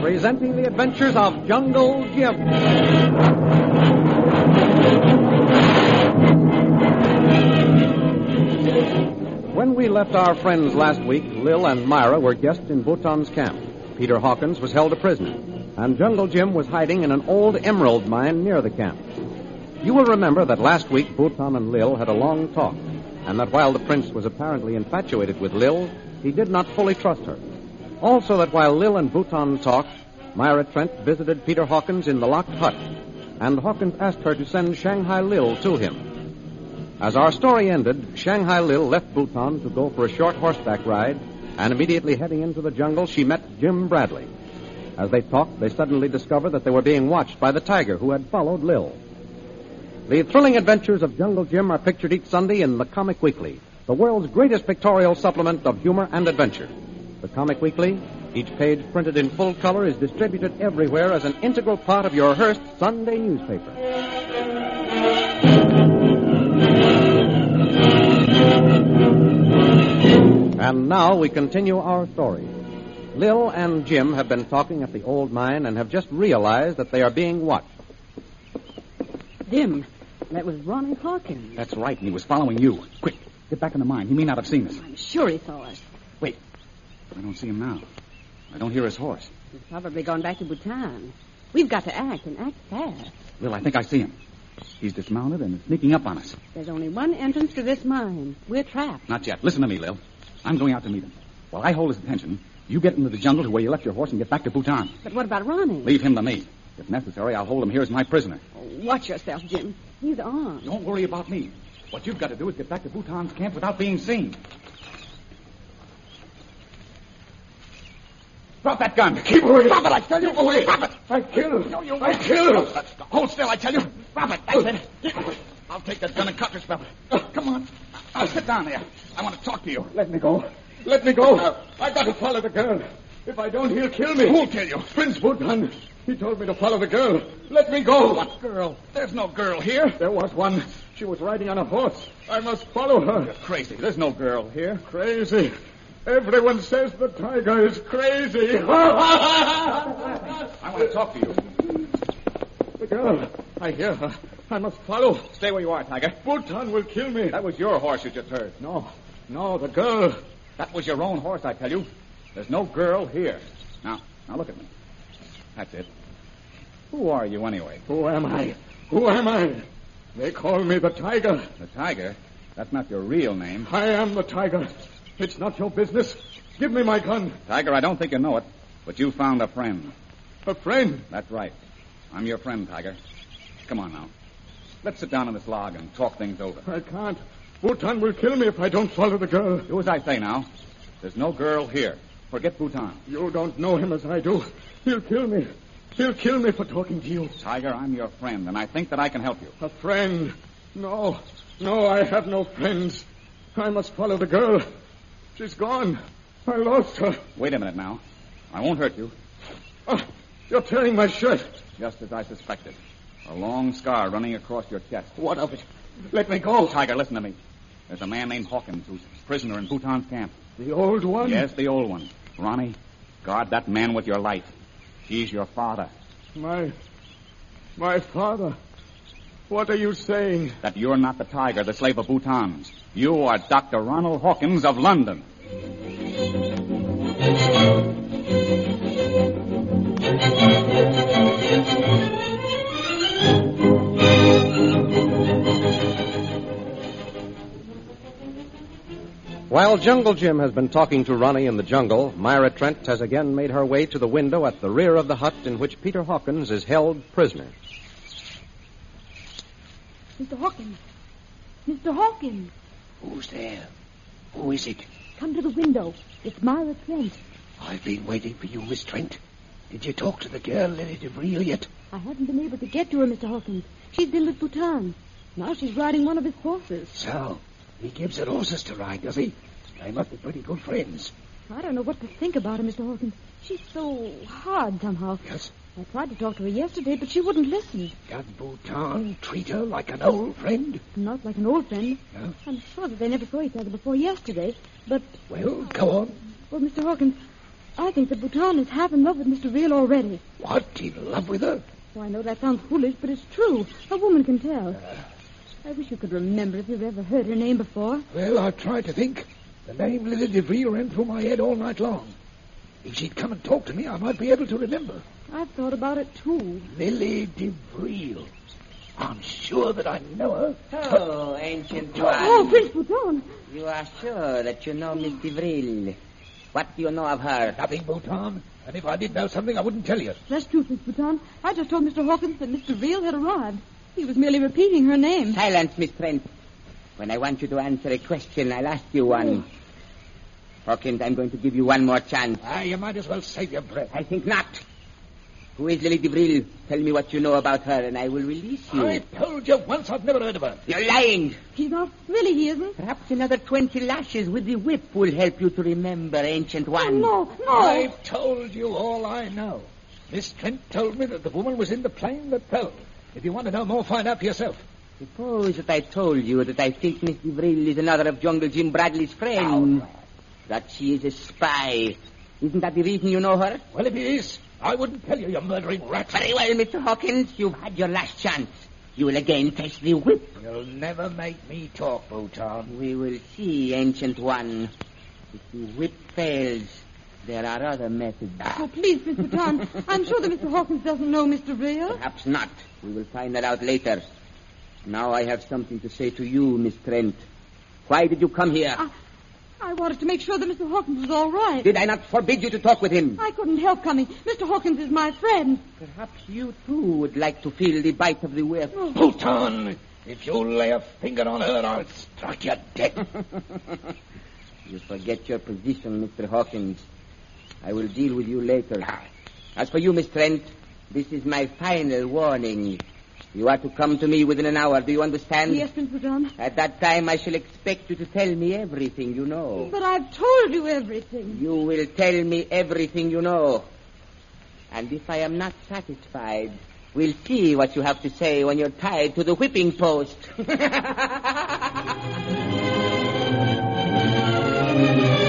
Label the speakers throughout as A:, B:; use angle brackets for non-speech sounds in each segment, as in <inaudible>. A: Presenting the adventures of Jungle Jim. When we left our friends last week, Lil and Myra were guests in Bhutan's camp. Peter Hawkins was held a prisoner, and Jungle Jim was hiding in an old emerald mine near the camp. You will remember that last week Bhutan and Lil had a long talk, and that while the prince was apparently infatuated with Lil, he did not fully trust her. Also, that while Lil and Bhutan talked, Myra Trent visited Peter Hawkins in the locked hut, and Hawkins asked her to send Shanghai Lil to him. As our story ended, Shanghai Lil left Bhutan to go for a short horseback ride, and immediately heading into the jungle, she met Jim Bradley. As they talked, they suddenly discovered that they were being watched by the tiger who had followed Lil. The thrilling adventures of Jungle Jim are pictured each Sunday in the Comic Weekly, the world's greatest pictorial supplement of humor and adventure. The Comic Weekly, each page printed in full color, is distributed everywhere as an integral part of your Hearst Sunday newspaper. And now we continue our story. Lil and Jim have been talking at the old mine and have just realized that they are being watched.
B: Jim, that was Ronnie Hawkins.
C: That's right, and he was following you. Quick, get back in the mine. He may not have seen us.
B: I'm sure he saw us.
C: Wait. I don't see him now. I don't hear his horse.
B: He's probably gone back to Bhutan. We've got to act and act fast.
C: Lil, I think I see him. He's dismounted and is sneaking up on us.
B: There's only one entrance to this mine. We're trapped.
C: Not yet. Listen to me, Lil. I'm going out to meet him. While I hold his attention, you get into the jungle to where you left your horse and get back to Bhutan.
B: But what about Ronnie?
C: Leave him to me. If necessary, I'll hold him here as my prisoner.
B: Oh, watch yourself, Jim. He's on.
C: Don't worry about me. What you've got to do is get back to Bhutan's camp without being seen. Drop that gun. Keep away. Drop it, I tell you. Keep away. Drop it. I killed him. No, you I killed him. Hold still, I tell you. Drop it. That's it. I'll take that gun and cut this fella. Come on. I'll sit down there. I want to talk to you. Let me go. Let me go. I got to follow the girl. If I don't, he'll kill me. Who'll kill you? Prince Woodman. He told me to follow the girl. Let me go. What girl? There's no girl here. There was one. She was riding on a horse. I must follow her. You're crazy. There's no girl here. Crazy. Everyone says the tiger is crazy. <laughs> I want to talk to you. The girl. I hear her. I must follow. Stay where you are, Tiger. Bhutan will kill me. That was your horse you just heard. No. No, the girl. That was your own horse, I tell you. There's no girl here. Now, now look at me. That's it. Who are you anyway? Who am I? Who am I? They call me the Tiger. The Tiger? That's not your real name. I am the Tiger. It's not your business. Give me my gun. Tiger, I don't think you know it, but you found a friend. A friend? That's right. I'm your friend, Tiger. Come on now. Let's sit down on this log and talk things over. I can't. Bhutan will kill me if I don't follow the girl. Do as I say now. There's no girl here. Forget Bhutan. You don't know him as I do. He'll kill me. He'll kill me for talking to you. Tiger, I'm your friend, and I think that I can help you. A friend? No. No, I have no friends.
A: I must follow the girl. She's gone. I lost her.
C: Wait a minute now. I won't hurt you. Ah,
A: Oh, you're tearing my shirt.
C: Just as I suspected. A long scar running across your chest.
A: What of it? Let me go.
C: Tiger, listen to me. There's a man named Hawkins who's a prisoner in Bhutan's camp.
A: The old one?
C: Yes, the old one. Ronnie, guard that man with your life. He's your father.
A: My. My father. What are you saying?
C: That you're not the tiger, the slave of Bhutan's. You are Dr. Ronald Hawkins of London.
A: While Jungle Jim has been talking to Ronnie in the jungle, Myra Trent has again made her way to the window at the rear of the hut in which Peter Hawkins is held prisoner.
D: Mr. Hawkins. Mr. Hawkins.
E: Who's there? Who is it?
D: Come to the window. It's Myra Trent.
E: I've been waiting for you, Miss Trent. Did you talk to the girl, Lily DeVril, yet?
D: I haven't been able to get to her, Mr. Hawkins. She's been with Bhutan. Now she's riding one of his horses.
E: So, he gives her horses to ride, does he? They must be pretty good friends.
D: I don't know what to think about her, Mr. Hawkins. She's so hard somehow.
E: Yes?
D: I tried to talk to her yesterday, but she wouldn't listen.
E: Does Bhutan treat her like an old friend?
D: Not like an old friend.
E: No?
D: I'm sure that they never saw each other before yesterday. But,
E: Well, go on.
D: well, Mr. Hawkins, I think that Bhutan is half in love with Mr. Real already.
E: What? In love with her?
D: Well, I know that sounds foolish, but it's true. A woman can tell. I wish you could remember if you've ever heard her name before.
E: Well, I've tried to think. The name Lily DeVril ran through my head all night long. If she'd come and talk to me, I might be able to remember.
D: I've thought about it, too.
E: Lily DeVril. I'm sure that I know her.
F: Oh, ancient
D: Oh,
F: one.
D: Prince Bhutan.
F: You are sure that you know Miss Devril. What do you know of her?
E: Nothing, Bhutan. And if I did know something, I wouldn't tell you.
D: That's true, Prince Bhutan. I just told Mr. Hawkins that Mr. Real had arrived. He was merely repeating her name.
F: Silence, Miss Trent. When I want you to answer a question, I'll ask you one. Hawkins, I'm going to give you one more chance.
E: Ah, you might as well save your breath.
F: I think not. Who is Lily Devril? Tell me what you know about her, and I will release you.
E: I told you once I've never heard of her.
F: You're lying.
D: He's not. Really, he isn't.
F: Perhaps another 20 lashes with the whip will help you to remember, ancient one.
D: No, no.
E: I've told you all I know. Miss Trent told me that the woman was in the plane that fell. If you want to know more, find out for yourself.
F: Suppose that I told you that I think Miss Devril is another of Jungle Jim Bradley's friends. That she is a spy. Isn't that the reason you know her?
E: Well, if it is, I wouldn't tell you, you murdering rat.
F: Very well, Mr. Hawkins. You've had your last chance. You will again test the whip.
E: You'll never make me talk, Bhutan.
F: We will see, Ancient One. If the whip fails, there are other methods.
D: Oh, please, Prince Bhutan. I'm sure that Mr. Hawkins doesn't know Mr. Real.
F: Perhaps not. We will find that out later. Now I have something to say to you, Miss Trent. Why did you come here?
D: I, I wanted to make sure that Mr. Hawkins was all right.
F: Did I not forbid you to talk with him?
D: I couldn't help coming. Mr. Hawkins is my friend.
F: Perhaps you too would like to feel the bite of the whip.
D: Oh,
E: Bhutan, if you lay a finger on her, I'll strike you dead.
F: <laughs> You forget your position, Mr. Hawkins. I will deal with you later.
D: Ah.
F: As for you, Miss Trent, this is my final warning. You are to come to me within an hour. Do you understand?
D: Yes, Prince Bhutan.
F: At that time, I shall expect you to tell me everything you know.
D: But I've told you everything.
F: You will tell me everything you know. And if I am not satisfied, we'll see what you have to say when you're tied to the whipping post. <laughs>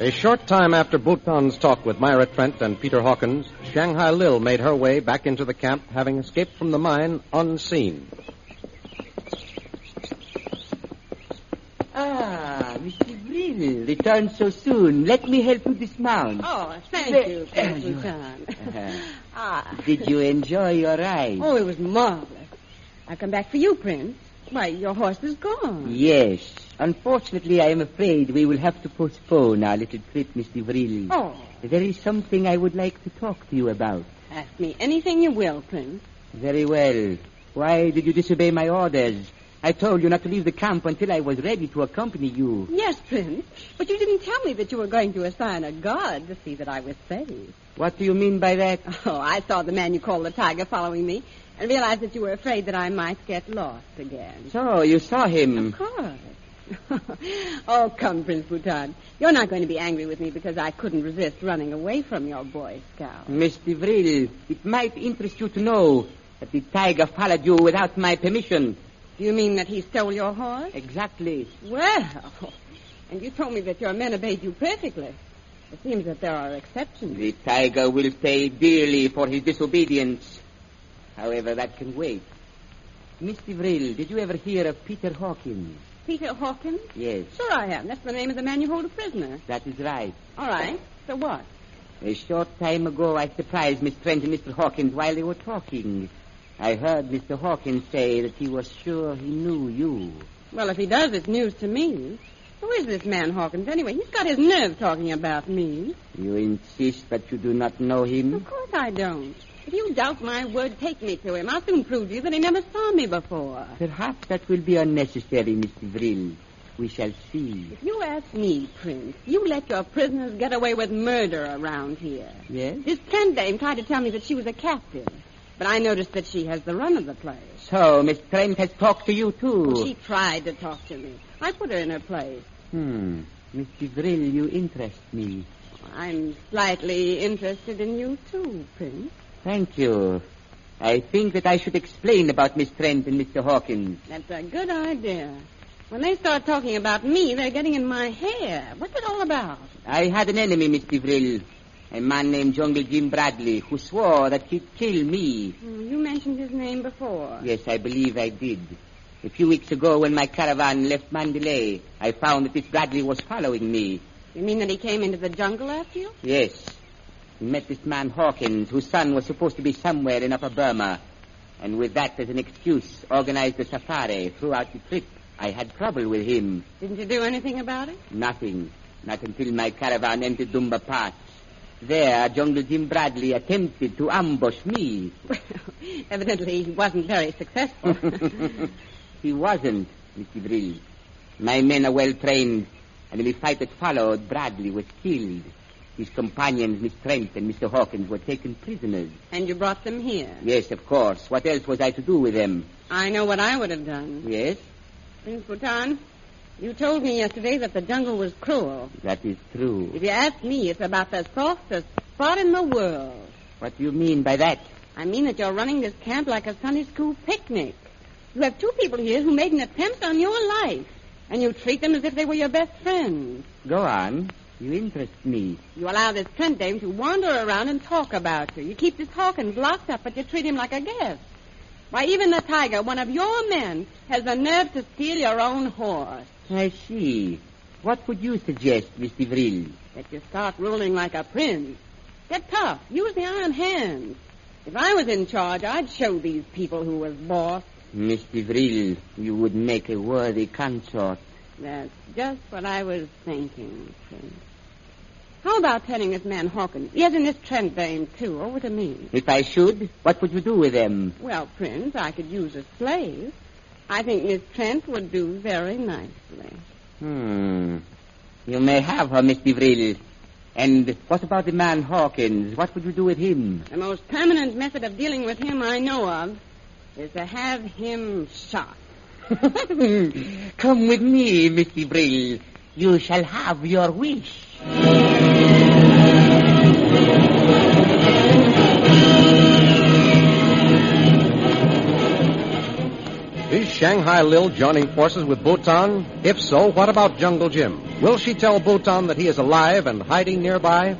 A: A short time after Bhutan's talk with Myra Trent and Peter Hawkins, Shanghai Lil made her way back into the camp, having escaped from the mine unseen.
F: Ah, Mr. Brill, return so soon. Let me help you dismount.
D: Oh, thank
F: There-
D: you,
F: there
D: Prince
F: you
D: Bhutan.
F: Ah. Did you enjoy your ride?
D: Oh, it was marvelous. I come back for you, Prince. Why, your horse is gone.
F: Yes. Unfortunately, I am afraid we will have to postpone our little trip, Miss Devril.
D: Oh,
F: There is something I would like to talk to you about.
D: ask me anything you will, Prince.
F: Very well. Why did you disobey my orders? I told you not to leave the camp until I was ready to accompany you.
D: Yes, Prince. But you didn't tell me that you were going to assign a guard to see that I was safe.
F: What do you mean by that?
D: Oh, I saw the man you call the tiger following me and realized that you were afraid that I might get lost again.
F: So, you saw
D: Of
F: him.
D: course. <laughs> oh, come, Prince Bhutan. You're not going to be angry with me because I couldn't resist running away from your Boy Scout.
F: Miss DeVril, it might interest you to know that the tiger followed you without my permission.
D: Do you mean that he stole your horse?
F: Exactly.
D: Well, <laughs> and you told me that your men obeyed you perfectly. It seems that there are exceptions.
F: The tiger will pay dearly for his disobedience. However, that can wait. Miss DeVril, did you ever hear of Peter Hawkins?
D: Peter Hawkins?
F: Yes,
D: Sure I have. That's the name of the man you hold a prisoner.
F: that is right.
D: All right. So what?
F: A short time ago, I surprised Miss Trent and Mr. Hawkins while they were talking. I heard Mr. Hawkins say that he was sure he knew you.
D: Well, if he does, it's news to me. Who is this man Hawkins anyway? He's got his nerve talking about me.
F: You insist that you do not know
D: Of
F: him?
D: course I don't. If you doubt my word, take me to him. I'll soon prove to you that he never saw me before.
F: Perhaps that will be unnecessary, Miss Vril. We shall see.
D: If you ask me, Prince, you let your prisoners get away with murder around here.
F: Yes?
D: This Trent dame tried to tell me that she was a captive, but I noticed that she has the run of the place.
F: So, Miss Trent has talked to you, too.
D: Oh, She tried to talk to me. I put her in her place.
F: Hmm. Miss Vril, you interest me.
D: I'm slightly interested in you, too, Prince.
F: Thank you. I think that I should explain about Miss Trent and Mr. Hawkins.
D: That's a good idea. When they start talking about me, they're getting in my hair. What's it all about?
F: I had an enemy, Miss Vril. A man named Jungle Jim Bradley, who swore that he'd kill me.
D: Mm, You mentioned his name before.
F: Yes, I believe I did. A few weeks ago, when my caravan left Mandalay, I found that this Bradley was following me.
D: You mean that he came into the jungle after you?
F: Yes. He met this man Hawkins, whose son was supposed to be somewhere in Upper Burma. And with that as an excuse, organized a safari throughout the trip. I had trouble with him.
D: Didn't you do anything about it? <laughs>
F: Nothing. Not until my caravan entered Dumba Pass. There, Jungle Jim Bradley attempted to ambush me.
D: Well, evidently he wasn't very <laughs> successful.
F: he wasn't, Mr. Brill. My men are well trained, and in the fight that followed, Bradley was killed. His companions, Miss Trent and Mr. Hawkins, were taken prisoners.
D: and you brought them here.
F: Yes, of course. What else was I to do with them?
D: I know what I would have done.
F: Yes,
D: Prince Bhutan, you told me yesterday that the jungle was cruel.
F: that is true.
D: If you ask me, it's about the softest spot in the world.
F: What do you mean by that?
D: I mean that you're running this camp like a Sunday school picnic. You have two people here who made an attempt on your life, and you treat them as if they were your best friends.
F: Go on. You interest me.
D: You allow this Trent dame to wander around and talk about you. You keep this Hawkins locked up, but you treat him like a guest. Why, even the tiger, one of your men, has the nerve to steal your own horse.
F: I see. What would you suggest, Mr. Vril?
D: That you start ruling like a prince. Get tough. Use the iron hand. If I was in charge, I'd show these people who was boss.
F: Mr. Vril, you would make a worthy consort.
D: That's just what I was thinking, Prince. How about telling this man Hawkins? Yes, and this Trent dame, too, over to me.
F: If I should, what would you do with them?
D: Well, Prince, I could use a slave. I think Miss Trent would do very nicely.
F: Hmm. You may have her, Mr. Vril. And what about the man Hawkins? What would you do with him?
D: The most permanent method of dealing with him I know of is to have him shot.
F: <laughs> Come with me, Mr. Vril. You shall have your wish.
A: Is Shanghai Lil joining forces with Bhutan? If so, what about Jungle Jim? Will she tell Bhutan that he is alive and hiding nearby?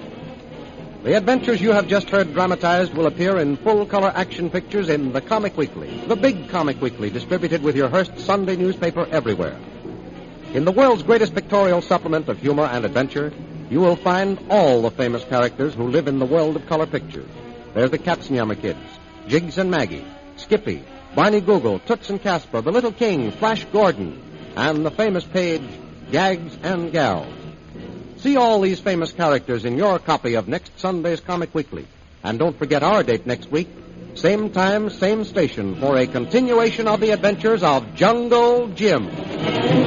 A: The adventures you have just heard dramatized will appear in full color action pictures in The Comic Weekly, the big Comic Weekly distributed with your Hearst Sunday newspaper everywhere. In the world's greatest pictorial supplement of humor and adventure, you will find all the famous characters who live in the world of color pictures. There's the Katzenjammer Kids, Jiggs and Maggie, Skippy, Barney Google, Toots and Casper, The Little King, Flash Gordon, and the famous page, Gags and Gals. See all these famous characters in your copy of next Sunday's Comic Weekly. And don't forget our date next week Same time, same station for a continuation of the adventures of Jungle Jim.